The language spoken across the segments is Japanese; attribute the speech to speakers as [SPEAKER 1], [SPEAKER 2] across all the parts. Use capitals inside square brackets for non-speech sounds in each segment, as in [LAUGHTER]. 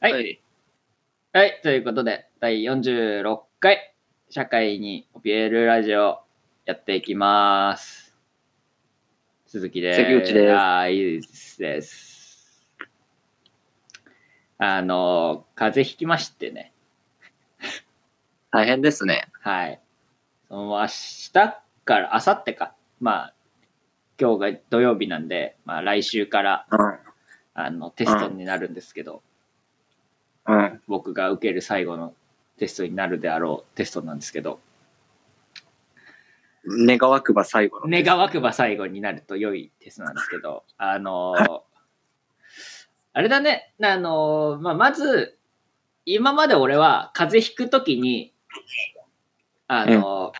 [SPEAKER 1] はい
[SPEAKER 2] はい。
[SPEAKER 1] はい、ということで、第46回、社会に怯えるラジオ、やっていきます。鈴木です。
[SPEAKER 2] 関口です
[SPEAKER 1] あーいいです。あの、風邪ひきましてね。
[SPEAKER 2] 大変ですね。
[SPEAKER 1] はい。その明日から、明後日か。まあ、今日が土曜日なんで、まあ来週から、
[SPEAKER 2] う
[SPEAKER 1] あの、テストになるんですけど、
[SPEAKER 2] ん。うん。
[SPEAKER 1] 僕が受ける最後のテストになるであろうテストなんですけど、
[SPEAKER 2] 願わくば最後の。
[SPEAKER 1] 願わくば最後になると良いテストなんですけど、あのーあれだね、あのーまあ、まず、今まで俺は風邪ひくときに、あのー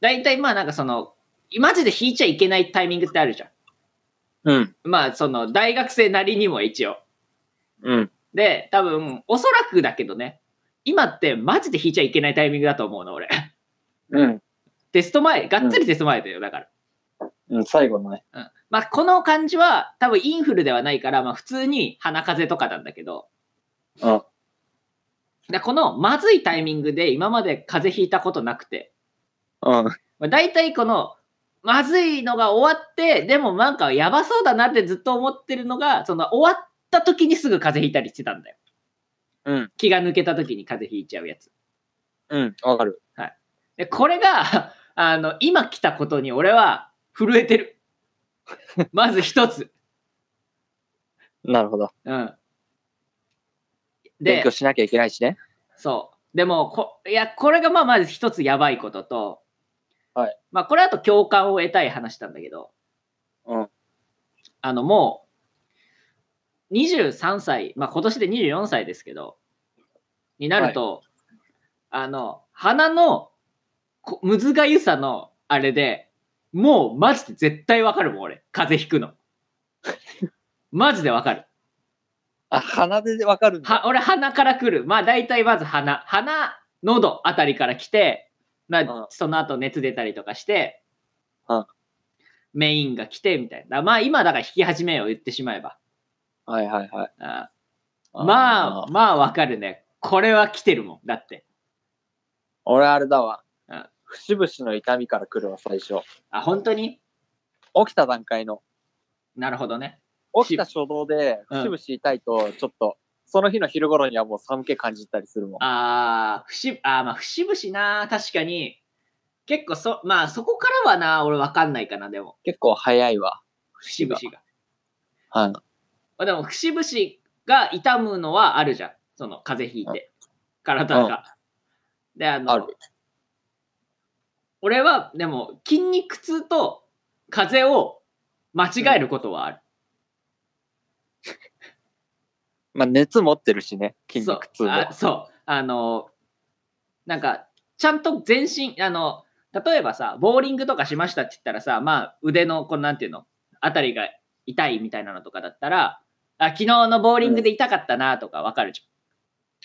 [SPEAKER 1] 大体まあなんかその、マジで引いちゃいけないタイミングってあるじゃん。
[SPEAKER 2] うん。
[SPEAKER 1] まあその、大学生なりにも一応。
[SPEAKER 2] うん。
[SPEAKER 1] で、多分、おそらくだけどね、今ってマジで引いちゃいけないタイミングだと思うの、俺。
[SPEAKER 2] うん。
[SPEAKER 1] テスト前、がっつりテスト前だよ、だから。
[SPEAKER 2] うん。最後のね。
[SPEAKER 1] うんまあ、この感じは多分インフルではないから、まあ、普通に鼻風邪とかなんだけど、
[SPEAKER 2] あ、
[SPEAKER 1] でこのまずいタイミングで今まで風邪ひいたことなくて、
[SPEAKER 2] うん。
[SPEAKER 1] まあ、大体このまずいのが終わって、でもなんかやばそうだなってずっと思ってるのが、その終わった時にすぐ風邪ひいたりしてたんだよ。
[SPEAKER 2] うん。
[SPEAKER 1] 気が抜けた時に風邪ひいちゃうやつ。
[SPEAKER 2] うん。わかる。
[SPEAKER 1] で、これが、 [LAUGHS] あの、今来たことに俺は震えて
[SPEAKER 2] [LAUGHS]
[SPEAKER 1] る。まず一つ。
[SPEAKER 2] なるほど。
[SPEAKER 1] うん。
[SPEAKER 2] 勉強しなきゃいけないしね。
[SPEAKER 1] そう。でもこ、いや、これがまあまず一つやばいことと、
[SPEAKER 2] はい。
[SPEAKER 1] まあ、これだと共感を得たい話なんだけど、
[SPEAKER 2] うん。
[SPEAKER 1] あの、もう、23歳、まあ、今年で24歳ですけど、になると、あの、鼻の、こむずがゆさの、あれで、もう、マジで絶対わかるもん、俺。風邪ひくの。マジでわかる。
[SPEAKER 2] あ、鼻でわかるんだ。
[SPEAKER 1] は、俺鼻から来る。まあ大体まず鼻、鼻、喉あたりから来て、ま
[SPEAKER 2] うん
[SPEAKER 1] あその後熱出たりとかして
[SPEAKER 2] うん、
[SPEAKER 1] メインが来てみたいな。まあ今だから引き始めを言ってしまえば。
[SPEAKER 2] はいはいはい。
[SPEAKER 1] あまあ、まあわかるね。これは来てるもん。だって。
[SPEAKER 2] 俺あれだわ
[SPEAKER 1] うん。
[SPEAKER 2] 節々の痛みから来るわ、最初。
[SPEAKER 1] あ、本当に
[SPEAKER 2] 起きた段階の。
[SPEAKER 1] なるほどね。
[SPEAKER 2] 起きた初動で、
[SPEAKER 1] うん
[SPEAKER 2] 節々痛いと、ちょっと、その日の昼頃にはもう寒気感じたりするもん。
[SPEAKER 1] ああ、ふし、あーまあ節々な。確かに。結構そ、まあそこからはな、俺わかんないかな、でも。
[SPEAKER 2] 結構早いわ。
[SPEAKER 1] 節々が。
[SPEAKER 2] はい。
[SPEAKER 1] まあ、でも節々が痛むのはあるじゃんその風邪ひいて体が、であの
[SPEAKER 2] ある
[SPEAKER 1] 俺はでも筋肉痛と風邪を間違えることはある、
[SPEAKER 2] まあ、熱持ってるしね、筋
[SPEAKER 1] そう
[SPEAKER 2] 肉痛も。
[SPEAKER 1] あそうあのなんかちゃんと全身あの例えばさボーリングとかしましたって言ったらさまあ腕のこうなんていうのあたりが痛いみたいなのとかだったらあ昨日のボーリングで痛かったなとかわかるじ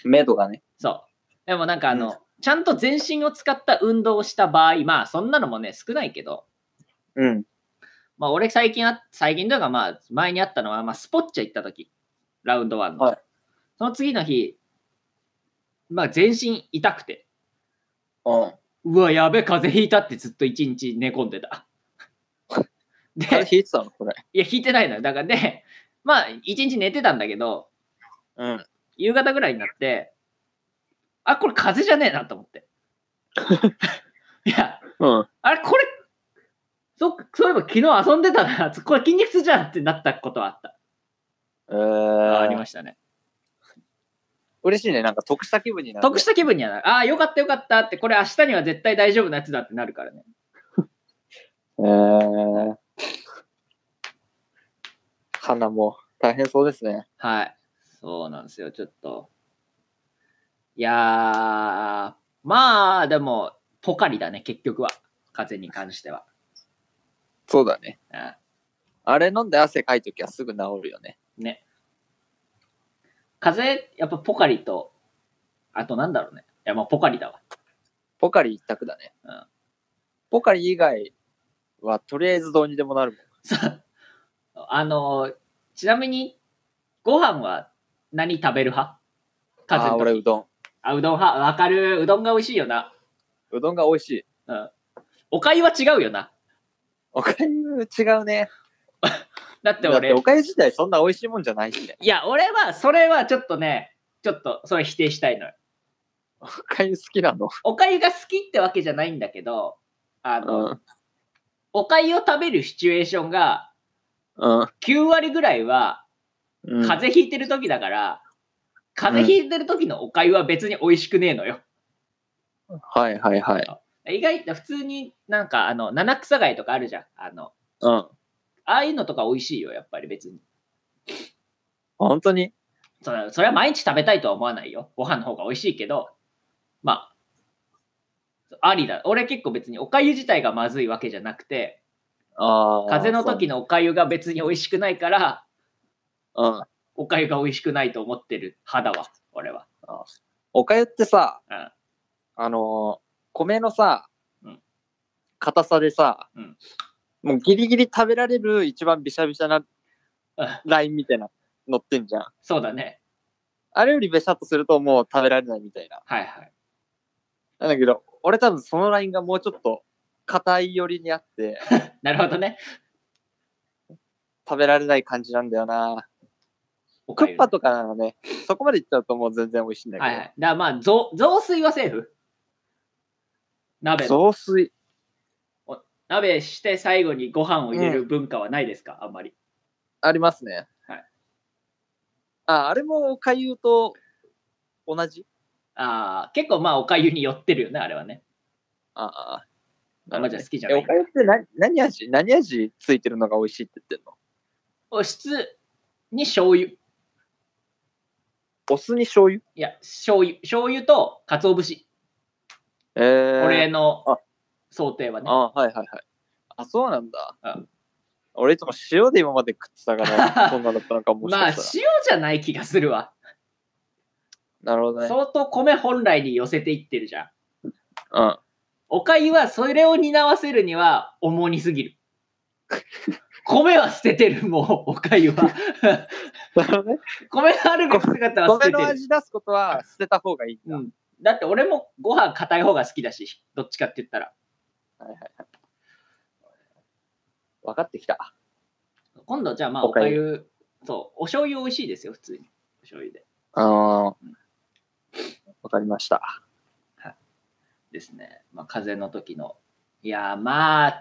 [SPEAKER 1] ゃん
[SPEAKER 2] 目とかね。
[SPEAKER 1] そう。でもなんかあの、
[SPEAKER 2] うん
[SPEAKER 1] ちゃんと全身を使った運動をした場合、まあそんなのもね、少ないけど、
[SPEAKER 2] うん。
[SPEAKER 1] まあ俺最近あ、最近というかまあ前にあったのは、まあスポッチャ行った時、ラウンドワンの。
[SPEAKER 2] はい
[SPEAKER 1] その次の日、まあ全身痛くて、
[SPEAKER 2] [LAUGHS] うん。
[SPEAKER 1] うわ、やべえ、風邪ひいたってずっと一日寝込んでた。で、
[SPEAKER 2] 風邪ひいてたのこれ。
[SPEAKER 1] いや、ひいてないのよ。だからで、まあ一日寝てたんだけど、
[SPEAKER 2] うん。
[SPEAKER 1] 夕方ぐらいになって、あ、これ風邪じゃねえなと思って。
[SPEAKER 2] [LAUGHS]
[SPEAKER 1] いや、
[SPEAKER 2] うん。
[SPEAKER 1] あれ、これ、そっかそういえば昨日遊んでたな、 [LAUGHS] これ筋肉痛じゃんってなったことはあった。
[SPEAKER 2] えー、
[SPEAKER 1] ありましたね。
[SPEAKER 2] 嬉しいね。なんか得した気分になる。
[SPEAKER 1] 得した気分にはなる。ああ、よかったよかったって、これ明日には絶対大丈夫なやつだってなるからね。
[SPEAKER 2] えー、花も大変そうですね。
[SPEAKER 1] はい。そうなんですよ、ちょっと。いやー、まあ、でも、ポカリだね、結局は。風に関しては。
[SPEAKER 2] そうだね。
[SPEAKER 1] うん
[SPEAKER 2] あれ飲んで汗かいときはすぐ治るよね。
[SPEAKER 1] ね。風、やっぱポカリと、あとなんだろうね。いや、まあ、ポカリだわ。
[SPEAKER 2] ポカリ一択だね。
[SPEAKER 1] うん
[SPEAKER 2] ポカリ以外はとりあえずどうにでもなる
[SPEAKER 1] そうあの、ちなみに、ご飯は何食べる派風
[SPEAKER 2] あー
[SPEAKER 1] 邪
[SPEAKER 2] 俺
[SPEAKER 1] の時
[SPEAKER 2] うどん。
[SPEAKER 1] あうどん派わかるうどんが美味しいよな、
[SPEAKER 2] うどんが美味しい。
[SPEAKER 1] うん、おかゆは違うよな
[SPEAKER 2] おかゆ違うね。
[SPEAKER 1] だって
[SPEAKER 2] だって
[SPEAKER 1] 俺
[SPEAKER 2] おかゆ自体そんな美味しいもんじゃないしね。
[SPEAKER 1] いや俺はそれはちょっとねちょっとそれ否定したいのよ
[SPEAKER 2] おかゆ好きなの。
[SPEAKER 1] おかゆが好きってわけじゃないんだけどあの、
[SPEAKER 2] うん。
[SPEAKER 1] おかゆを食べるシチュエーションが
[SPEAKER 2] うん。
[SPEAKER 1] 9割ぐらいは
[SPEAKER 2] うん、
[SPEAKER 1] 風邪ひいてる時だから、風邪ひいてる時のおかゆは別に美味しくねえのよ。
[SPEAKER 2] はいはいはい。
[SPEAKER 1] 意外と普通になんかあの七草貝とかあるじゃん。あの、
[SPEAKER 2] うん。
[SPEAKER 1] ああいうのとか美味しいよ、やっぱり別に。
[SPEAKER 2] 本当に
[SPEAKER 1] それそれは毎日食べたいとは思わないよ。ご飯の方が美味しいけど、まあ、ありだ。俺結構別におかゆ自体がまずいわけじゃなくて、
[SPEAKER 2] ああ。
[SPEAKER 1] 風邪の時のおかゆが別に美味しくないから、
[SPEAKER 2] そう。うん。
[SPEAKER 1] おかゆが美味しくないと思ってる肌は、俺は。
[SPEAKER 2] おかゆってさ、
[SPEAKER 1] うん
[SPEAKER 2] あのー米のさ、
[SPEAKER 1] うん
[SPEAKER 2] 硬さでさ、
[SPEAKER 1] うん
[SPEAKER 2] もうギリギリ食べられる一番ビシャビシャな
[SPEAKER 1] うん
[SPEAKER 2] ラインみたいな乗ってんじゃん。
[SPEAKER 1] そうだね。
[SPEAKER 2] あれよりベシャっとするともう食べられないみたいな。
[SPEAKER 1] はいはい。
[SPEAKER 2] なんだけど、俺多分そのラインがもうちょっと硬い寄りにあって、
[SPEAKER 1] なるほどね。
[SPEAKER 2] 食べられない感じなんだよな。
[SPEAKER 1] お
[SPEAKER 2] ク
[SPEAKER 1] かゆ
[SPEAKER 2] ッパとかならね、そこまでいっちゃうともう全然美味しいんだけど。
[SPEAKER 1] はいはい。だからまあ、雑雑炊はセーフ鍋の、
[SPEAKER 2] 雑炊。
[SPEAKER 1] 鍋して最後にご飯を入れる文化はないですか、あんまり。
[SPEAKER 2] ありますね。
[SPEAKER 1] はい
[SPEAKER 2] あ、あれもおかゆと同じ
[SPEAKER 1] ああ、結構まあ、おかゆに寄ってるよね、あれはね。
[SPEAKER 2] ああ。
[SPEAKER 1] あんまじゃあ好きじゃ
[SPEAKER 2] え、
[SPEAKER 1] な
[SPEAKER 2] お
[SPEAKER 1] い
[SPEAKER 2] か。ゆって何何味何味ついてるのが美味しいって言ってんの
[SPEAKER 1] お酢に醤油。い
[SPEAKER 2] お酢に醤油
[SPEAKER 1] や、醤油。醤油と鰹節。
[SPEAKER 2] えー、
[SPEAKER 1] 俺の
[SPEAKER 2] あ
[SPEAKER 1] 想定はね。
[SPEAKER 2] あはいはいはい。あ、そうなんだ
[SPEAKER 1] あ。
[SPEAKER 2] 俺いつも塩で今まで食ってたから、そんなだったのかもし
[SPEAKER 1] まあ、
[SPEAKER 2] か
[SPEAKER 1] 塩
[SPEAKER 2] したら。
[SPEAKER 1] じゃない気がするわ。
[SPEAKER 2] なるほどね。
[SPEAKER 1] 相当米本来に寄せていってるじゃん。
[SPEAKER 2] うん。
[SPEAKER 1] おかゆはそれを担わせるには重にす
[SPEAKER 2] [LAUGHS]
[SPEAKER 1] ぎる。米は捨ててる、もう、おかゆ
[SPEAKER 2] [LAUGHS]
[SPEAKER 1] は。
[SPEAKER 2] なるほどね。
[SPEAKER 1] 米のあるべき姿は捨
[SPEAKER 2] 米
[SPEAKER 1] てて
[SPEAKER 2] の
[SPEAKER 1] る。
[SPEAKER 2] 味出すことは捨てた方がいい
[SPEAKER 1] う
[SPEAKER 2] んだ。
[SPEAKER 1] ん、だって俺もご飯硬い方が好きだし、どっちかって言ったら。
[SPEAKER 2] 分かってきた。
[SPEAKER 1] 今度じゃあまあお
[SPEAKER 2] お
[SPEAKER 1] か
[SPEAKER 2] か
[SPEAKER 1] ゆ、そう、お醤油美味しいですよ、普通に。お醤油で。
[SPEAKER 2] ああ。わかりました。
[SPEAKER 1] ですね。まあ風邪の時の。いやーまあ、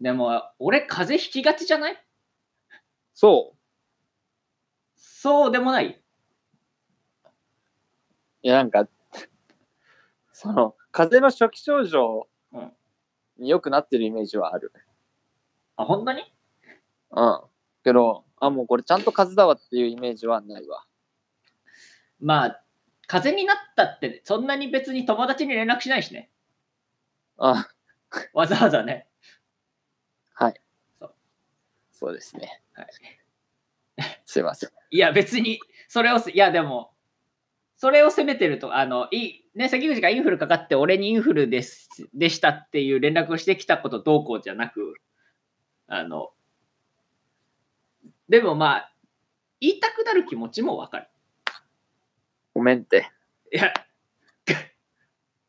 [SPEAKER 1] でも俺風邪ひきがちじゃない
[SPEAKER 2] そう。
[SPEAKER 1] そうでもない。
[SPEAKER 2] いや、なんか、 [LAUGHS] その、風邪の初期症状
[SPEAKER 1] うん
[SPEAKER 2] に良くなってるイメージはある。
[SPEAKER 1] あ、本当に
[SPEAKER 2] うん。けど、あ、もうこれちゃんと風邪だわっていうイメージはないわ。
[SPEAKER 1] まあ、風邪になったって、そんなに別に友達に連絡しないしね。
[SPEAKER 2] あ、
[SPEAKER 1] わざわざね。
[SPEAKER 2] そうですね。
[SPEAKER 1] はい
[SPEAKER 2] すいません。
[SPEAKER 1] いや、別に、それをす、いや、でも、それを責めてると、あの、いい、ね、関口がインフルかかって、俺にインフルです、でしたっていう連絡をしてきたことどうこうじゃなく、あの、でもまあ、言いたくなる気持ちもわかる。
[SPEAKER 2] ごめんって。
[SPEAKER 1] いや、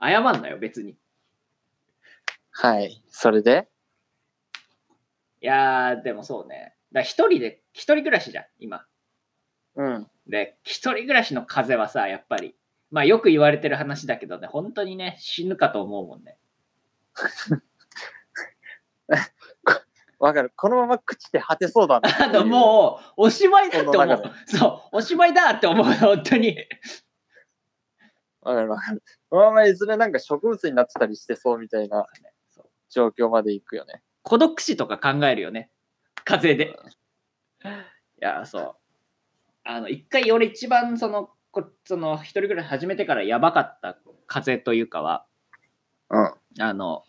[SPEAKER 1] 謝んなよ、別に。
[SPEAKER 2] はい。それで
[SPEAKER 1] いやー、でもそうね。だから一人で、一人暮らしじゃん、今。
[SPEAKER 2] うん。
[SPEAKER 1] で、一人暮らしの風はさ、やっぱり、まあよく言われてる話だけどね、本当にね、死ぬかと思うもんね。
[SPEAKER 2] わかる。このまま朽ちて果てそうだなってい
[SPEAKER 1] [LAUGHS] あともう、おしまいだと
[SPEAKER 2] この
[SPEAKER 1] 思
[SPEAKER 2] 中
[SPEAKER 1] う。そう、おしまいだって思う、本当に。
[SPEAKER 2] う。わかるわかる。このままいずれなんか植物になってたりしてそうみたいな
[SPEAKER 1] そう
[SPEAKER 2] 状況までいくよね。
[SPEAKER 1] 孤独死とか考えるよね。風邪で。いや、そう。あの、一回俺一番その、こその、一人暮らし始めてからやばかった風邪というかは、
[SPEAKER 2] うん。
[SPEAKER 1] あの、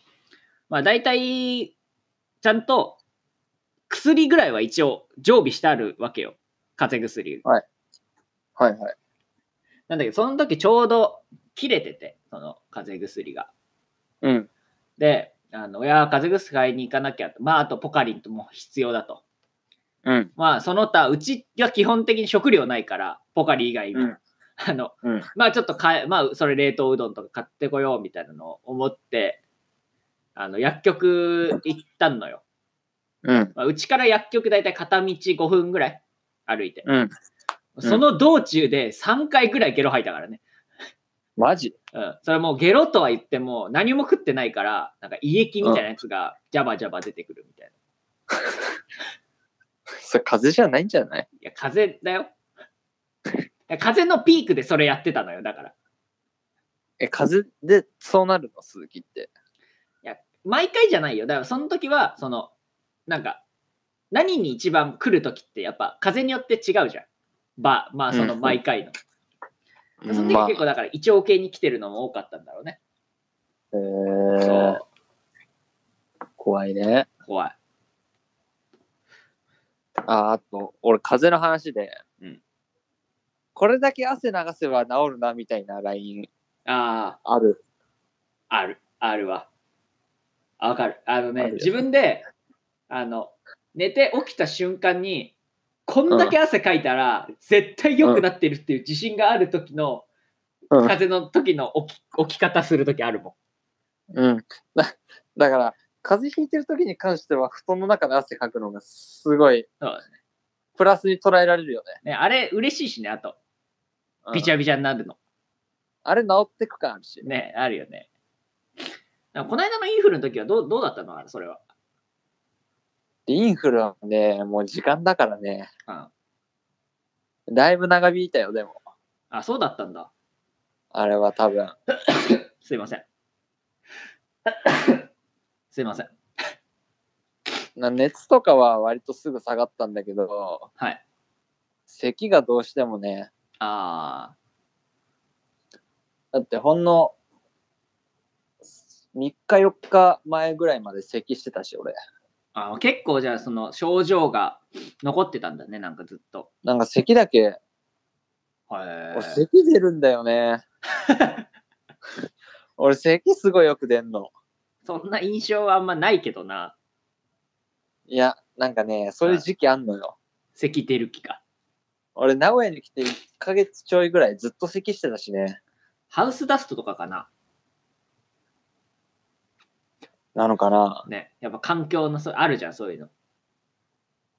[SPEAKER 1] まあ大体、ちゃんと薬ぐらいは一応常備してあるわけよ。風邪薬。
[SPEAKER 2] はいはい。
[SPEAKER 1] なんだけど、その時ちょうど切れてて、その風邪薬が。
[SPEAKER 2] うん。
[SPEAKER 1] で、あの、いやー、風邪薬買いに行かなきゃと。まあ、あとポカリンとも必要だと。
[SPEAKER 2] うん。
[SPEAKER 1] まあ、その他、うちは基本的に食料ないから、ポカリ以外も。
[SPEAKER 2] うん
[SPEAKER 1] [LAUGHS] あの、
[SPEAKER 2] うん
[SPEAKER 1] まあちょっとかえ、まあ、それ冷凍うどんとか買ってこようみたいなのを思って、あの、薬局行ったのよ。
[SPEAKER 2] うん。
[SPEAKER 1] まあうちから薬局大体片道5分ぐらい歩いて。
[SPEAKER 2] うん。ん
[SPEAKER 1] その道中で3回ぐらいゲロ吐いたからね。
[SPEAKER 2] マジ
[SPEAKER 1] うん。それもうゲロとは言っても何も食ってないから、なんか胃液みたいなやつがジャバジャバ出てくるみたいな。
[SPEAKER 2] それ風邪じゃないんじゃない
[SPEAKER 1] いや、風邪だよ。 [LAUGHS] いや風邪のピークでそれやってたのよ、だから。
[SPEAKER 2] え、風邪でそうなるの鈴木って。
[SPEAKER 1] 毎回じゃないよ。だからその時は、その、なんか、何に一番来る時ってやっぱ風によって違うじゃん。ば、まあその
[SPEAKER 2] うん
[SPEAKER 1] 毎回の。その
[SPEAKER 2] まあ
[SPEAKER 1] 時結構だから胃腸系に来てるのも多かったんだろうね。
[SPEAKER 2] え
[SPEAKER 1] そ
[SPEAKER 2] ー、
[SPEAKER 1] う、
[SPEAKER 2] 怖いね。
[SPEAKER 1] 怖い。
[SPEAKER 2] あ、あと、俺、風邪の話で、
[SPEAKER 1] うん
[SPEAKER 2] これだけ汗流せば治るな、みたいなライン
[SPEAKER 1] あ
[SPEAKER 2] ある。
[SPEAKER 1] あ、ある、あるわ。あわかる。あの
[SPEAKER 2] ある
[SPEAKER 1] ね、
[SPEAKER 2] よ
[SPEAKER 1] 自分で、あの、寝て起きた瞬間に、こんだけ汗かいたら、絶対良くなってるっていう自信がある時の、
[SPEAKER 2] うん
[SPEAKER 1] 風の時の起き起き方する時あるも
[SPEAKER 2] うん。だだから、風邪ひいてる時に関しては、布団の中で汗かくのがすごい、
[SPEAKER 1] そうだ
[SPEAKER 2] プラスに捉えられるよね。
[SPEAKER 1] ん。ね、あれ、嬉しいしね、あと、
[SPEAKER 2] うん
[SPEAKER 1] びちゃびちゃになるの。
[SPEAKER 2] あれ治ってく感あるし。
[SPEAKER 1] ね、あるよね。なんかこの間のインフルの時はどうどうだったのそれは。
[SPEAKER 2] インフルはね、もう時間だからね。
[SPEAKER 1] うん
[SPEAKER 2] だいぶ長引いたよ、でも。
[SPEAKER 1] あ、そうだったんだ。
[SPEAKER 2] あれは多分。
[SPEAKER 1] すいませ
[SPEAKER 2] [LAUGHS]
[SPEAKER 1] ん。すいません。
[SPEAKER 2] な熱とかは割とすぐ下がったんだけど、
[SPEAKER 1] はい。
[SPEAKER 2] 咳がどうしてもね、
[SPEAKER 1] あ
[SPEAKER 2] だってほんの3日4日前ぐらいまで咳してたし、
[SPEAKER 1] ー
[SPEAKER 2] 俺。
[SPEAKER 1] あー、結構じゃあその症状が残ってたんだね、なんかずっと。
[SPEAKER 2] なんか咳だけ、
[SPEAKER 1] へ
[SPEAKER 2] 俺咳出るんだよね。俺咳すごいよく出んの。
[SPEAKER 1] そんな印象はあんまないけどな。
[SPEAKER 2] いや、なんかね、そういう時期あんのよ。
[SPEAKER 1] 咳出る気か。
[SPEAKER 2] 俺、名古屋に来て1ヶ月ちょいぐらいずっと咳してたしね。
[SPEAKER 1] ハウスダストとかかな。
[SPEAKER 2] なのかな
[SPEAKER 1] ね。やっぱ環境のそうあるじゃん、そういうの。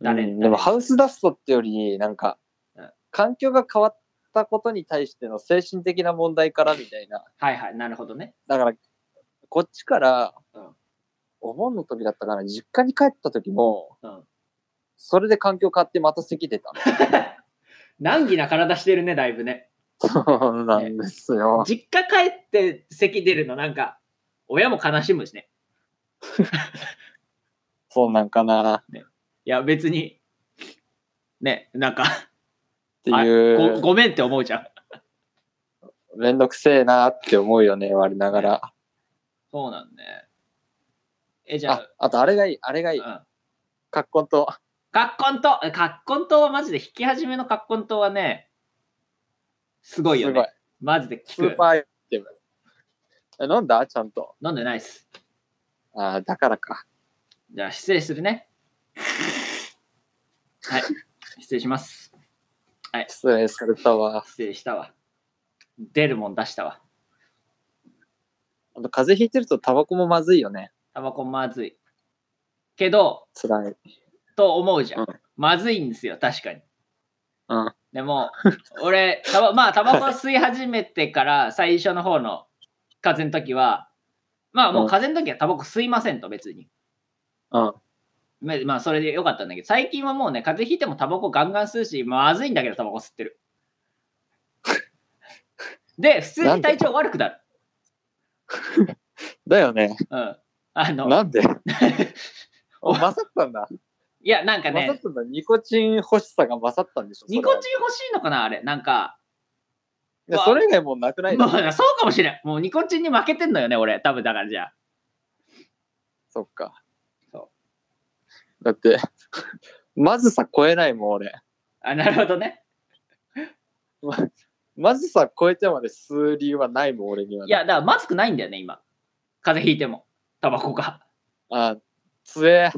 [SPEAKER 1] 誰
[SPEAKER 2] うん、でも
[SPEAKER 1] 誰
[SPEAKER 2] ハウスダストってより、なんか
[SPEAKER 1] うん、
[SPEAKER 2] 環境が変わったことに対しての精神的な問題からみたいな。
[SPEAKER 1] はいはい、なるほどね。
[SPEAKER 2] だから、こっちから
[SPEAKER 1] うん、
[SPEAKER 2] お盆の時だったかな、実家に帰った時も、
[SPEAKER 1] うん
[SPEAKER 2] それで環境変わってまた咳出た
[SPEAKER 1] [LAUGHS] 難儀な体してるね、だいぶね。
[SPEAKER 2] の。そうなんですよ。
[SPEAKER 1] 実家帰って咳出るの、なんか、親も悲しむしね。
[SPEAKER 2] そうなんかなっ
[SPEAKER 1] いや、別に、ね、なんか、
[SPEAKER 2] て
[SPEAKER 1] あ
[SPEAKER 2] い
[SPEAKER 1] ご
[SPEAKER 2] う、
[SPEAKER 1] ごめんって思うじゃん。
[SPEAKER 2] めんどくせえなって思うよね、我ながら。
[SPEAKER 1] そうなんね。え、じゃ
[SPEAKER 2] あ
[SPEAKER 1] あ、、
[SPEAKER 2] あとあれがいい、あれがいい。
[SPEAKER 1] うん。
[SPEAKER 2] カッコンと、
[SPEAKER 1] カッコン島、えカッコン島はマジで引き始めのカッコン島はね、すごいよ
[SPEAKER 2] すごい
[SPEAKER 1] ね。。マジで
[SPEAKER 2] ス
[SPEAKER 1] 聞
[SPEAKER 2] ー
[SPEAKER 1] く。
[SPEAKER 2] パーアイテム。え飲んだちゃんと。
[SPEAKER 1] 飲んでないっす。
[SPEAKER 2] あーだからか。
[SPEAKER 1] じゃあ、失礼する
[SPEAKER 2] [LAUGHS]
[SPEAKER 1] ね。はい。失礼します。
[SPEAKER 2] 失礼されたわ。
[SPEAKER 1] 失礼したわ。出るもん出したわ。
[SPEAKER 2] あと風邪ひいてるとタバコもまずいよね。
[SPEAKER 1] タバコまずい。けど、
[SPEAKER 2] 辛い。
[SPEAKER 1] と思うじゃん。
[SPEAKER 2] うん
[SPEAKER 1] まずいんですよ、確かに。
[SPEAKER 2] うん。
[SPEAKER 1] でも、俺、タバまあ、タバコ吸い始めてから、 [LAUGHS] 最初の方の風邪の時は、まあ、もう風邪の時はタバコ吸いませんと、別に。
[SPEAKER 2] うん。
[SPEAKER 1] ままあ、それでよかったんだけど、最近はもうね、風邪ひいてもタバコガンガン吸うし、まずいんだけど、タバコ吸
[SPEAKER 2] [LAUGHS]
[SPEAKER 1] ってる。で、普通に体調悪くなる。
[SPEAKER 2] だよね。
[SPEAKER 1] うん。あの、
[SPEAKER 2] なんでお [LAUGHS] 勝ったんだ。
[SPEAKER 1] [LAUGHS] いや、なんかね、
[SPEAKER 2] 勝ったんだ。ニコチン欲しさが勝ったんでしょ。
[SPEAKER 1] ニコチン欲しいのかな、あれ。なんか、
[SPEAKER 2] ンそれ以外もうなくない
[SPEAKER 1] もう
[SPEAKER 2] の
[SPEAKER 1] そうかもしれん。もうニコチンに負けてんのよね、俺。多分だからじゃあ。
[SPEAKER 2] そっか。
[SPEAKER 1] そ
[SPEAKER 2] だって、 [LAUGHS] まずさ超えないもん俺。 [LAUGHS]
[SPEAKER 1] あ、なるほどね。
[SPEAKER 2] まずさ超えてまで数理由はないもん俺には。
[SPEAKER 1] いや、だからまずくないんだよね、今。風邪ひいても、タバコが。
[SPEAKER 2] あー、つえ。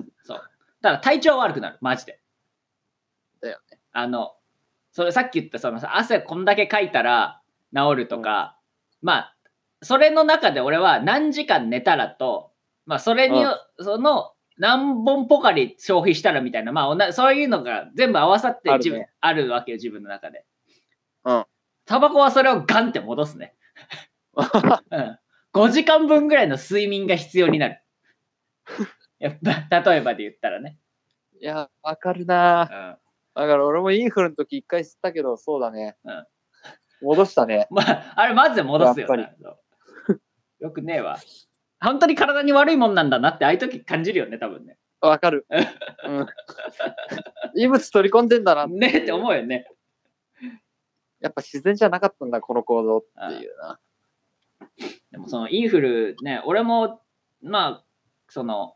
[SPEAKER 1] ただ体調悪くなる、マジで。あの、それさっき言ったそのさ汗こんだけかいたら治るとか、まあ、それの中で俺は何時間寝たらと、まあ、それによ、その何本ポカリ消費したらみたいな、まあおな、そういうのが全部合わさって
[SPEAKER 2] ある
[SPEAKER 1] 自
[SPEAKER 2] ね
[SPEAKER 1] 分あるわけよ、自分の中で。
[SPEAKER 2] うん。
[SPEAKER 1] タバコはそれをガンって戻すね。うん。5時間分ぐらいの睡眠が必要になる。やっぱ、例えばで言ったらね。
[SPEAKER 2] いや、わかるな
[SPEAKER 1] うん。
[SPEAKER 2] だから俺もインフルの時一回吸ったけど、そうだね。
[SPEAKER 1] うん
[SPEAKER 2] 戻したね。
[SPEAKER 1] まあ、あれ、まず戻すよ
[SPEAKER 2] やっ
[SPEAKER 1] な。そうよくねえわ。本当に体に悪いもんなんだなって、ああいう時感じるよね、多分ね。
[SPEAKER 2] わ
[SPEAKER 1] [LAUGHS]
[SPEAKER 2] かる。うん。異物取り込んでんだな
[SPEAKER 1] ねえって思うよね。
[SPEAKER 2] やっぱ自然じゃなかったんだ、この行動っていうな。
[SPEAKER 1] でもそのインフルね、俺も、まあ、その、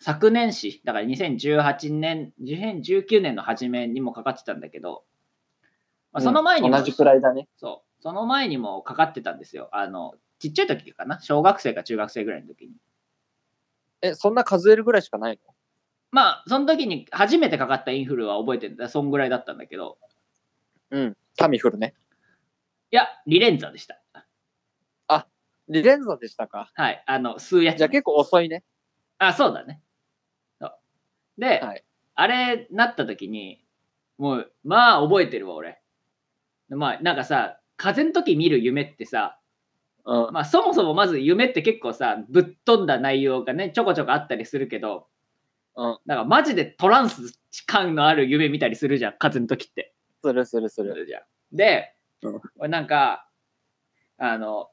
[SPEAKER 1] 昨年始、だから2018年、2019年の初めにもかかってたんだけど、まあ、その前に
[SPEAKER 2] うん
[SPEAKER 1] も、
[SPEAKER 2] 同じくらいだね。
[SPEAKER 1] そう、その前にもかかってたんですよ。あの、ちっちゃい時かな、小学生か中学生ぐらいの時に。
[SPEAKER 2] え、そんな数えるぐらいしかない
[SPEAKER 1] まあ、その時に初めてかかったインフルは覚えてるんだ、そんぐらいだったんだけど、
[SPEAKER 2] のうん。タミフルね。
[SPEAKER 1] いや、リレンザでした。
[SPEAKER 2] リレンザでしたか。
[SPEAKER 1] はい、あの、吸うやつ
[SPEAKER 2] じゃあ結構遅いね。
[SPEAKER 1] あ、そうだね。そうで、
[SPEAKER 2] はい
[SPEAKER 1] あれなった時に、もう、まあ覚えてるわ、俺。でまあ、なんかさ、風邪の時見る夢ってさ、
[SPEAKER 2] うん。
[SPEAKER 1] まあそもそもまず夢って結構さ、ぶっ飛んだ内容がね、ちょこちょこあったりするけど、
[SPEAKER 2] うん。
[SPEAKER 1] なんかマジでトランス感のある夢見たりするじゃん、風邪の時って。
[SPEAKER 2] するするす
[SPEAKER 1] す
[SPEAKER 2] る。
[SPEAKER 1] るじゃん。で
[SPEAKER 2] うん、
[SPEAKER 1] 俺なんか、あの、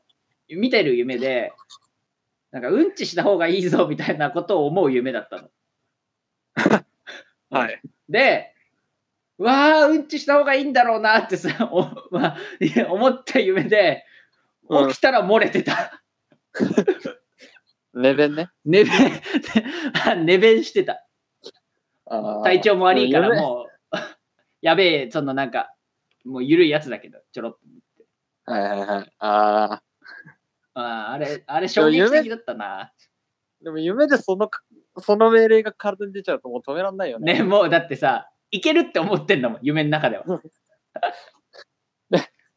[SPEAKER 1] 見てる夢で、なんかうんちした方がいいぞみたいなことを思う夢だったの。
[SPEAKER 2] はい。
[SPEAKER 1] で、うわあ、うんちした方がいいんだろうなってさ、 [LAUGHS] おまあ、いや思った夢で、
[SPEAKER 2] うん
[SPEAKER 1] 起きたら漏れてた。
[SPEAKER 2] レベンね。
[SPEAKER 1] 寝弁、あ [LAUGHS] 寝弁してた。
[SPEAKER 2] あー
[SPEAKER 1] 体調も悪いから
[SPEAKER 2] 夢
[SPEAKER 1] もう、 [LAUGHS] やべえ、そのなんか、もう緩いやつだけど、ちょろっと。
[SPEAKER 2] はいはいはい。ああ。
[SPEAKER 1] あーあれ、あれ衝撃的だったな。
[SPEAKER 2] でも夢でその、その命令が体に出ちゃうともう止めらんないよね。
[SPEAKER 1] ね、もうだってさ、いけるって思ってんだもん、夢の中では。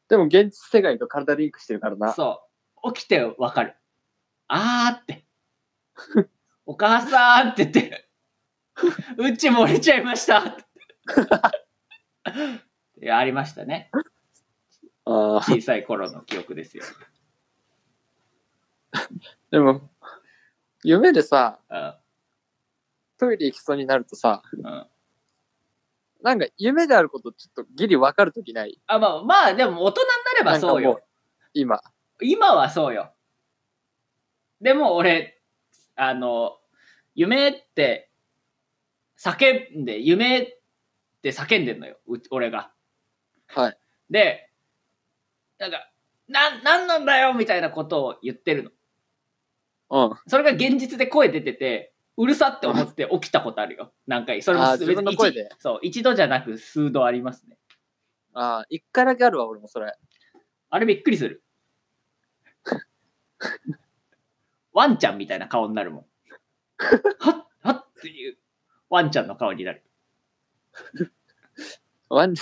[SPEAKER 2] でも現実世界と体リンクしてるからな。
[SPEAKER 1] そう。起きてわかる。あーって。 [LAUGHS] お母さんって言って。 [LAUGHS] うんち漏れちゃいましたって。い [LAUGHS] や、ありましたね。
[SPEAKER 2] ああ。
[SPEAKER 1] 小さい頃の記憶ですよ。
[SPEAKER 2] でも、夢でさ、
[SPEAKER 1] うん。
[SPEAKER 2] トイレ行きそうになるとさ、
[SPEAKER 1] うん、
[SPEAKER 2] なんか夢であることちょっとギリ分かるときない。
[SPEAKER 1] あまあ、まあ、でも大人になればそう
[SPEAKER 2] なんかも
[SPEAKER 1] よ。
[SPEAKER 2] う。今。
[SPEAKER 1] 今はそうよ。でも俺、あの、夢って叫んで、夢って叫んでんのよ、う俺が。
[SPEAKER 2] はい。
[SPEAKER 1] で、なんか、なん、なんなんだよみたいなことを言ってるの。
[SPEAKER 2] うん。
[SPEAKER 1] それが現実で声出てて、うるさって思って起きたことあるよ。何回。それも
[SPEAKER 2] あー
[SPEAKER 1] 別に
[SPEAKER 2] 自分の声
[SPEAKER 1] 一
[SPEAKER 2] で
[SPEAKER 1] そう、一度じゃなく数度ありますね。
[SPEAKER 2] ああ、一回だけあるわ、俺もそれ。
[SPEAKER 1] あれびっくりする。ワンちゃんみたいな顔になるもん。はっ、はっっていう、ワンちゃんの顔になる。
[SPEAKER 2] ワン、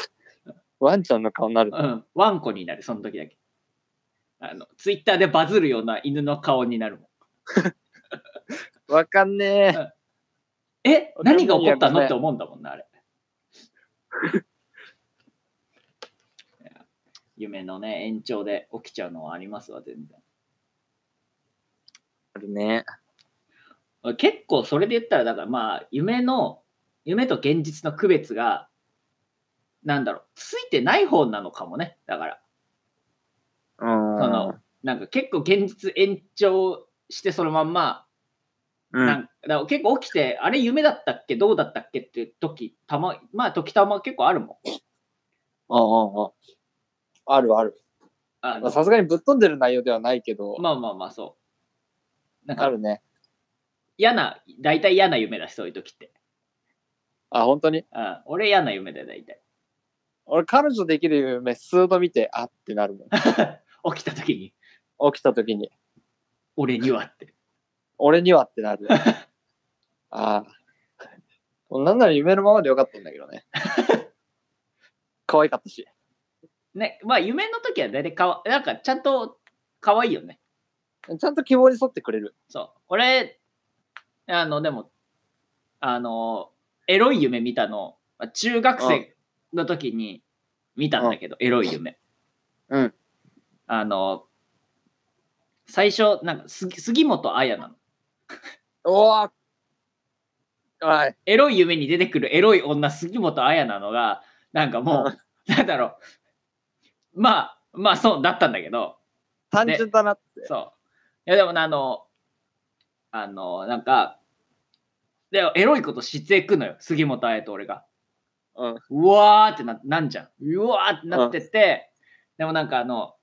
[SPEAKER 2] ワンちゃんの顔になる。
[SPEAKER 1] うん、ワンコになる、その時だけ。あの、ツイッターでバズるような犬の顔になるもん。
[SPEAKER 2] わかんねえ。
[SPEAKER 1] え
[SPEAKER 2] わかんな
[SPEAKER 1] 何
[SPEAKER 2] い
[SPEAKER 1] が起こった
[SPEAKER 2] やつ
[SPEAKER 1] の
[SPEAKER 2] ね
[SPEAKER 1] って思うんだもんな、あれ。 [LAUGHS] いや夢のね、延長で起きちゃうのはありますわ、全然。
[SPEAKER 2] あるね。
[SPEAKER 1] 俺結構それで言ったら、だからまあ、夢の、夢と現実の区別が、なんだろう、ついてない方なのかもね。だから、
[SPEAKER 2] うん。
[SPEAKER 1] その、なんか結構現実延長してそのまんま、
[SPEAKER 2] うん
[SPEAKER 1] なんかだから結構起きて、あれ夢だったっけどうだったっけっていう時、たま、まあ時たま結構あるもん。
[SPEAKER 2] うんうんうんあるある。
[SPEAKER 1] あ
[SPEAKER 2] ま
[SPEAKER 1] の
[SPEAKER 2] あさすがにぶっ飛んでる内容ではないけど、
[SPEAKER 1] まあまあまあそう。なん
[SPEAKER 2] あ
[SPEAKER 1] か
[SPEAKER 2] るね。
[SPEAKER 1] 嫌な、大体嫌な夢だし、そういう時って。
[SPEAKER 2] あ、本当に
[SPEAKER 1] うん、俺嫌な夢だよ、大体。
[SPEAKER 2] 俺、彼女できる夢、数度見て、あってなるも
[SPEAKER 1] 起きた時に、 [LAUGHS]
[SPEAKER 2] ん。起きた時に、
[SPEAKER 1] 俺にはって。
[SPEAKER 2] 俺にはって
[SPEAKER 1] [LAUGHS]
[SPEAKER 2] なる。
[SPEAKER 1] [LAUGHS]
[SPEAKER 2] ああ。もうなんなら夢のままでよかったんだけどね。可愛かったし。
[SPEAKER 1] ね、まあ夢の時は大体かわ、なんかちゃんと可愛いよね。
[SPEAKER 2] ちゃんと希望に沿ってくれる。
[SPEAKER 1] そう。俺、あの、でも、あの、エロい夢見たの、まあ中学生の時に見たんだけど、エロい夢。
[SPEAKER 2] うん。
[SPEAKER 1] あの、最初、なんか杉、杉本彩なの。
[SPEAKER 2] おわはい。
[SPEAKER 1] エロい夢に出てくるエロい女、杉本彩なのが、なんかもう、なんだろう。まあ、まあそうだったんだけど、
[SPEAKER 2] 単純だなって。
[SPEAKER 1] そう。いや、でもね、あの、あの、なんか、でエロいこと知っていくのよ、杉本彩と俺が。
[SPEAKER 2] うん。
[SPEAKER 1] うわーってななんじゃん。うわーってなってて、でもなんかあの、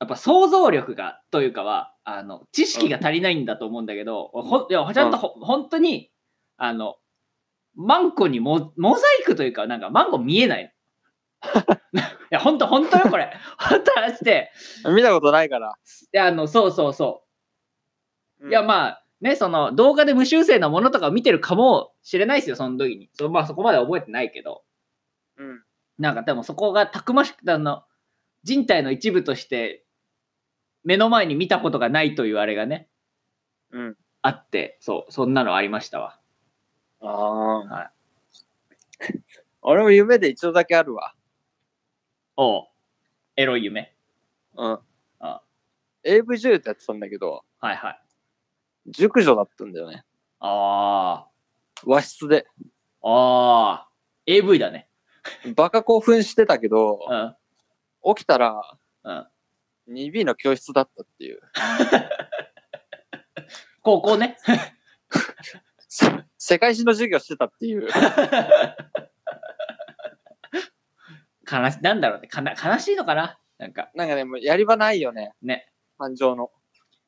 [SPEAKER 1] やっぱ想像力がというかは、あの、知識が足りないんだと思うんだけど、ほんいやちゃんとほ、本当に、あの、マンコにモモザイクというか、なんかマンコ見えない [LAUGHS] の。いや、本当本当よ、これ。本当話して。
[SPEAKER 2] 見たことないから。
[SPEAKER 1] いや、あの、そうそうそ
[SPEAKER 2] うん
[SPEAKER 1] う。いや、まあ、ね、その、動画で無修正なものとかを見てるかもしれないですよ、その時に。そまあ、そこまでは覚えてないけど。
[SPEAKER 2] うん。
[SPEAKER 1] なんか、でもそこがたくましく、あの、人体の一部として、目の前に見たことがないというあれがね、
[SPEAKER 2] うん。
[SPEAKER 1] あって、そう、そんなのありましたわ。
[SPEAKER 2] ああ。
[SPEAKER 1] はい
[SPEAKER 2] [LAUGHS] 俺も夢で一度だけあるわ。
[SPEAKER 1] おうエロい夢。
[SPEAKER 2] うん。
[SPEAKER 1] あ
[SPEAKER 2] AV 女優ってやってたんだけど、
[SPEAKER 1] はいはい。
[SPEAKER 2] 熟女だったんだよね。
[SPEAKER 1] あ
[SPEAKER 2] 和室で。
[SPEAKER 1] あ、ああ、AV だね。
[SPEAKER 2] バカ興奮してたけど、
[SPEAKER 1] うん、
[SPEAKER 2] 起きたら
[SPEAKER 1] うん。
[SPEAKER 2] 2B の教室だったっていう。
[SPEAKER 1] 高校ね。
[SPEAKER 2] せ世界史の授業してたっていう。
[SPEAKER 1] 悲し、なんだろうね。かな悲しいのかななんか。
[SPEAKER 2] なんかね、もうやり場ないよね。
[SPEAKER 1] ね。
[SPEAKER 2] 感情の。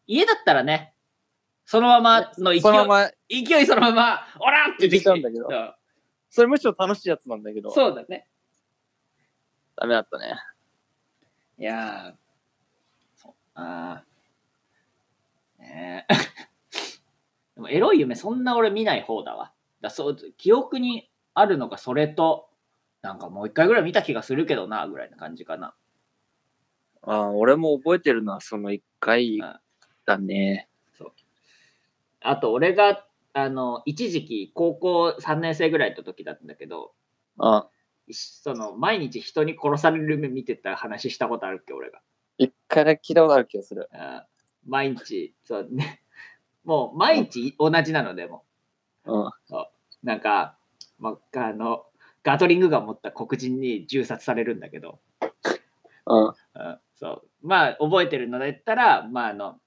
[SPEAKER 1] 家だったらね、そのままの勢い、
[SPEAKER 2] そのまま、
[SPEAKER 1] 勢いそのまま、おらんって
[SPEAKER 2] いけちゃうんだけど
[SPEAKER 1] うん
[SPEAKER 2] それむしろ楽しいやつなんだけど、
[SPEAKER 1] そうだね。
[SPEAKER 2] ダメだったね。
[SPEAKER 1] いやー、そうあー [LAUGHS] ねえでもエロい夢、そんな俺見ない方だわ。だそう記憶にあるのがそれと、なんかもう一回ぐらい見た気がするけどな、ぐらいな感じかな。
[SPEAKER 2] ああ、俺も覚えてるのはその1回だね。
[SPEAKER 1] あと、俺が、あの、一時期、高校3年生ぐらいの時だったんだけど、
[SPEAKER 2] あ
[SPEAKER 1] その、毎日人に殺される夢見てた話したことあるっけ、俺が。
[SPEAKER 2] 一回だけ聞いたことある気がする。
[SPEAKER 1] あー毎日、そうね、 [LAUGHS] もう毎日同じなので、も
[SPEAKER 2] うん。
[SPEAKER 1] うなんか、まあ、あの、ガトリングが持った黒人に銃殺されるんだけど、
[SPEAKER 2] うん。
[SPEAKER 1] うん、そう。まあ、覚えてるのだったら、まあ、あの、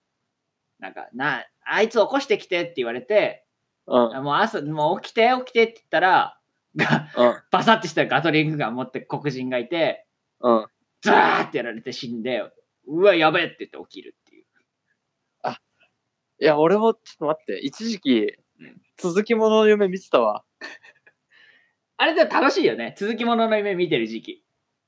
[SPEAKER 1] なんか、な、あいつ起こしてきてって言われて、
[SPEAKER 2] うん。
[SPEAKER 1] あもう朝、もう起きて、起きてって言ったら、が
[SPEAKER 2] うん。
[SPEAKER 1] バサッとしたガトリングが持って黒人がいて、
[SPEAKER 2] うん。
[SPEAKER 1] ザーってやられて死んで、うわ、やべえって言って起きるっていう。
[SPEAKER 2] いや、俺もちょっと待って、一時期
[SPEAKER 1] うん、
[SPEAKER 2] 続きものの夢見てたわ。
[SPEAKER 1] あれでも楽しいよね。続きものの夢見てる時期。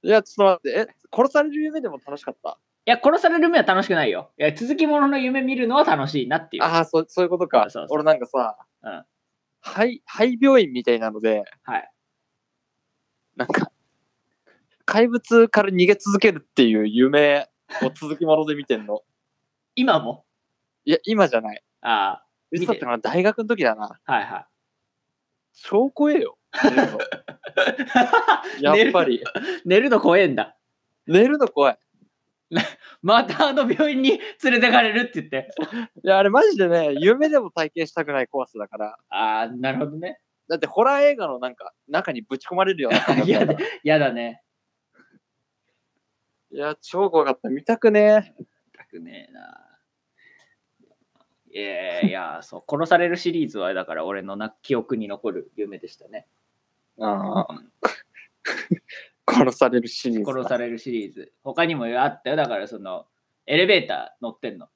[SPEAKER 2] いや、ちょっと待って、え、殺される夢でも楽しかった。
[SPEAKER 1] いや、殺される夢は楽しくないよ。いや、続きものの夢見るのは楽しいなっていう。
[SPEAKER 2] ああ、そう、そういうことか。
[SPEAKER 1] そうそうそう
[SPEAKER 2] 俺なんかさ、
[SPEAKER 1] うん
[SPEAKER 2] はい、肺病院みたいなので、
[SPEAKER 1] はい。
[SPEAKER 2] なんか、怪物から逃げ続けるっていう夢を続きもので見てんの。
[SPEAKER 1] 今も。
[SPEAKER 2] いや、今じゃない。
[SPEAKER 1] あ見
[SPEAKER 2] いつ
[SPEAKER 1] て
[SPEAKER 2] だったかな大学の時だな。
[SPEAKER 1] あ、はいは
[SPEAKER 2] 証拠え
[SPEAKER 1] [LAUGHS]
[SPEAKER 2] よ。寝るのやっぱり。
[SPEAKER 1] い。寝るの怖えんだ。
[SPEAKER 2] 寝るの怖い。
[SPEAKER 1] またあの病院に連れてかれるって言って。
[SPEAKER 2] いや、あれマジでね、夢でも体験したくない怖さだから。
[SPEAKER 1] ああ、なるほどね。
[SPEAKER 2] だってホラー映画のなんか、中にぶち込まれるような感じ
[SPEAKER 1] [LAUGHS] いや
[SPEAKER 2] だか
[SPEAKER 1] だ
[SPEAKER 2] ら。い
[SPEAKER 1] やだね。
[SPEAKER 2] や、超怖かった。見たくね
[SPEAKER 1] たくねえな。いやいや、そう、殺されるシリーズは、だから俺のな記憶に残る夢でしたね。
[SPEAKER 2] え。ああ。殺されるシリーズだ。
[SPEAKER 1] 殺されるシリーズ。他にもあったよ。だから、その、エレベーター乗ってんの。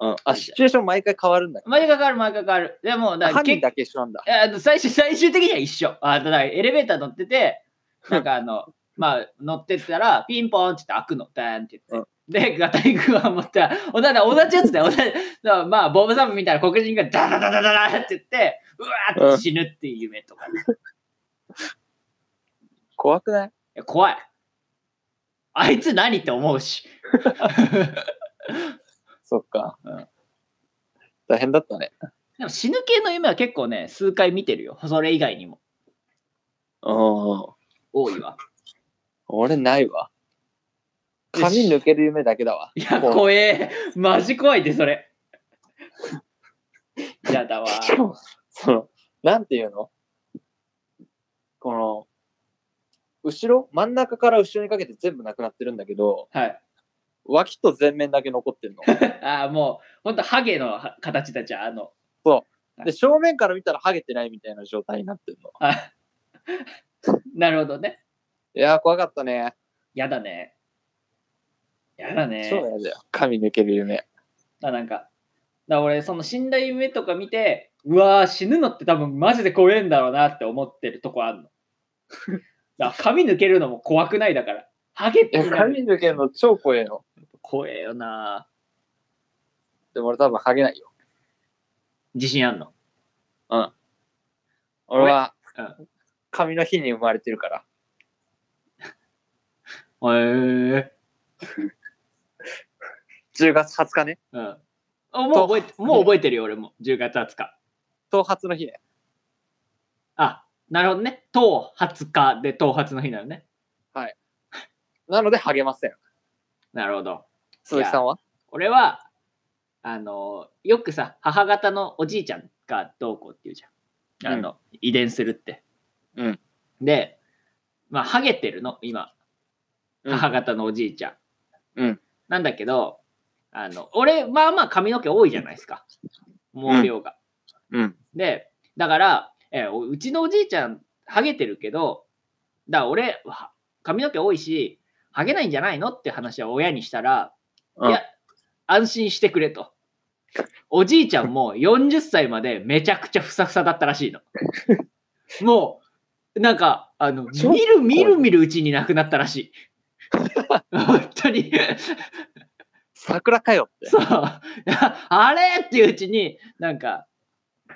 [SPEAKER 2] うん。あ、シチュエーション毎回変わるんだ。
[SPEAKER 1] 毎回変わる、毎回変わる。でも、だから
[SPEAKER 2] 犯人
[SPEAKER 1] 結
[SPEAKER 2] だけ一緒なんだ。
[SPEAKER 1] いやあの最終最終的には一緒。あだからエレベーター乗って [LAUGHS] て、なんかあの、まあ、乗ってったら、ピンポーンって言って開くの、ダーンって言って。で、ガタリングは持ったら、同じ同じやつ [LAUGHS] だよ、同じ。だからまあ、ボブサムみたいな黒人がダダダダダ [LAUGHS] ダって言って、うわーって死ぬっていう夢とかね、
[SPEAKER 2] 怖くない
[SPEAKER 1] いや怖い。あいつ何って思うし。
[SPEAKER 2] そっか、
[SPEAKER 1] うん
[SPEAKER 2] 大変だったね。
[SPEAKER 1] でも死ぬ系の夢は結構ね、数回見てるよ。それ以外にも
[SPEAKER 2] うん。
[SPEAKER 1] 多い [LAUGHS] わ。
[SPEAKER 2] 俺ないわ。髪抜ける夢だけだわ。
[SPEAKER 1] いや、
[SPEAKER 2] こう
[SPEAKER 1] 怖え。マジ怖いって、そ [LAUGHS] れ。やだわ。 [LAUGHS]
[SPEAKER 2] しかも、その、なんていうのこの、後ろ真ん中から後ろにかけて全部なくなってるんだけど、
[SPEAKER 1] はい。
[SPEAKER 2] 脇と前面だけ残 [LAUGHS] ってるの。
[SPEAKER 1] ああ、もう、ほんと、ハゲのは形だじゃん。あの、
[SPEAKER 2] で、正面から見たらハゲてないみたいな状態になってるの。
[SPEAKER 1] あ [LAUGHS] なるほどね。
[SPEAKER 2] いやー、怖かったね。
[SPEAKER 1] やだね。やだね。
[SPEAKER 2] そうなんだよ。髪抜ける夢。
[SPEAKER 1] あなんか、だから俺、その死んだ夢とか見て、うわー、死ぬのって多分マジで怖えんだろうなって思ってるとこあ
[SPEAKER 2] [LAUGHS]
[SPEAKER 1] るの。だから髪抜けるのも怖くないだから。ハゲっ
[SPEAKER 2] い
[SPEAKER 1] て
[SPEAKER 2] や、
[SPEAKER 1] なる
[SPEAKER 2] 髪抜けるの超怖えよ。
[SPEAKER 1] 怖えよな
[SPEAKER 2] でも俺多分ハゲないよ。
[SPEAKER 1] 自信あんの
[SPEAKER 2] 俺は
[SPEAKER 1] う、
[SPEAKER 2] 髪の日に生まれてるから。
[SPEAKER 1] へえ
[SPEAKER 2] 10月20日ね。
[SPEAKER 1] うん。あもう覚えて、もう覚えてるよ、俺も。10月20日。
[SPEAKER 2] 頭髪の日ね。
[SPEAKER 1] あ、なるほどね。頭20日で頭髪の日なのね。
[SPEAKER 2] なのでハゲません。
[SPEAKER 1] なるほど。
[SPEAKER 2] 鈴木さんは
[SPEAKER 1] 俺は、あの、よくさ、母方のおじいちゃんがどうこうって言うじゃん。あの、遺伝するって。
[SPEAKER 2] うん
[SPEAKER 1] で、まあ、ハゲてるの、今、
[SPEAKER 2] うん
[SPEAKER 1] 母方のおじいちゃん。
[SPEAKER 2] うん
[SPEAKER 1] なんだけど、あの、俺、まあまあ髪の毛多いじゃないですか。毛量が。
[SPEAKER 2] うん。
[SPEAKER 1] で、だから、えーおうちのおじいちゃん、ハゲてるけど、だから俺、は髪の毛多いし、ハゲないんじゃないのって話は親にしたら、
[SPEAKER 2] うん
[SPEAKER 1] いや、安心してくれと。おじいちゃんも40歳までめちゃくちゃふさふさだったらしい
[SPEAKER 2] [LAUGHS]
[SPEAKER 1] の。もう、なんか、あの、
[SPEAKER 2] ちょっと
[SPEAKER 1] 見る見る見るうちになくなったらしい。本当に。
[SPEAKER 2] 桜かよって。
[SPEAKER 1] そう。ああれっていううちに、なんか、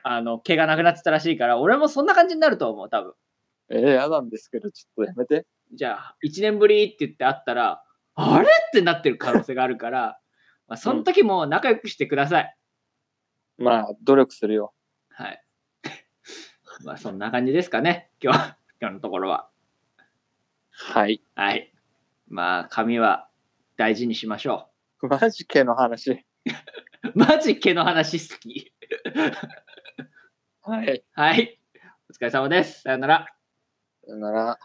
[SPEAKER 1] あの、毛がなくなってたらしいから、俺もそんな感じになると思う、多分。
[SPEAKER 2] えー、嫌なんですけど、ちょっとやめて。
[SPEAKER 1] じゃあ、1年ぶりって言って会ったら、あれってなってる可能性があるから、まあ、その時も仲良くしてください。
[SPEAKER 2] まあ、努力するよ。
[SPEAKER 1] はい。 [LAUGHS] まあ、そんな感じですかね、今日、 [LAUGHS] 今日のところは。
[SPEAKER 2] はい。
[SPEAKER 1] はい。まあ、髪は大事にしましょ
[SPEAKER 2] マジ系の話。
[SPEAKER 1] う。 [LAUGHS] マジ毛の話好き。
[SPEAKER 2] はい。
[SPEAKER 1] はい。お疲れ様です。さよなら。
[SPEAKER 2] さよなら。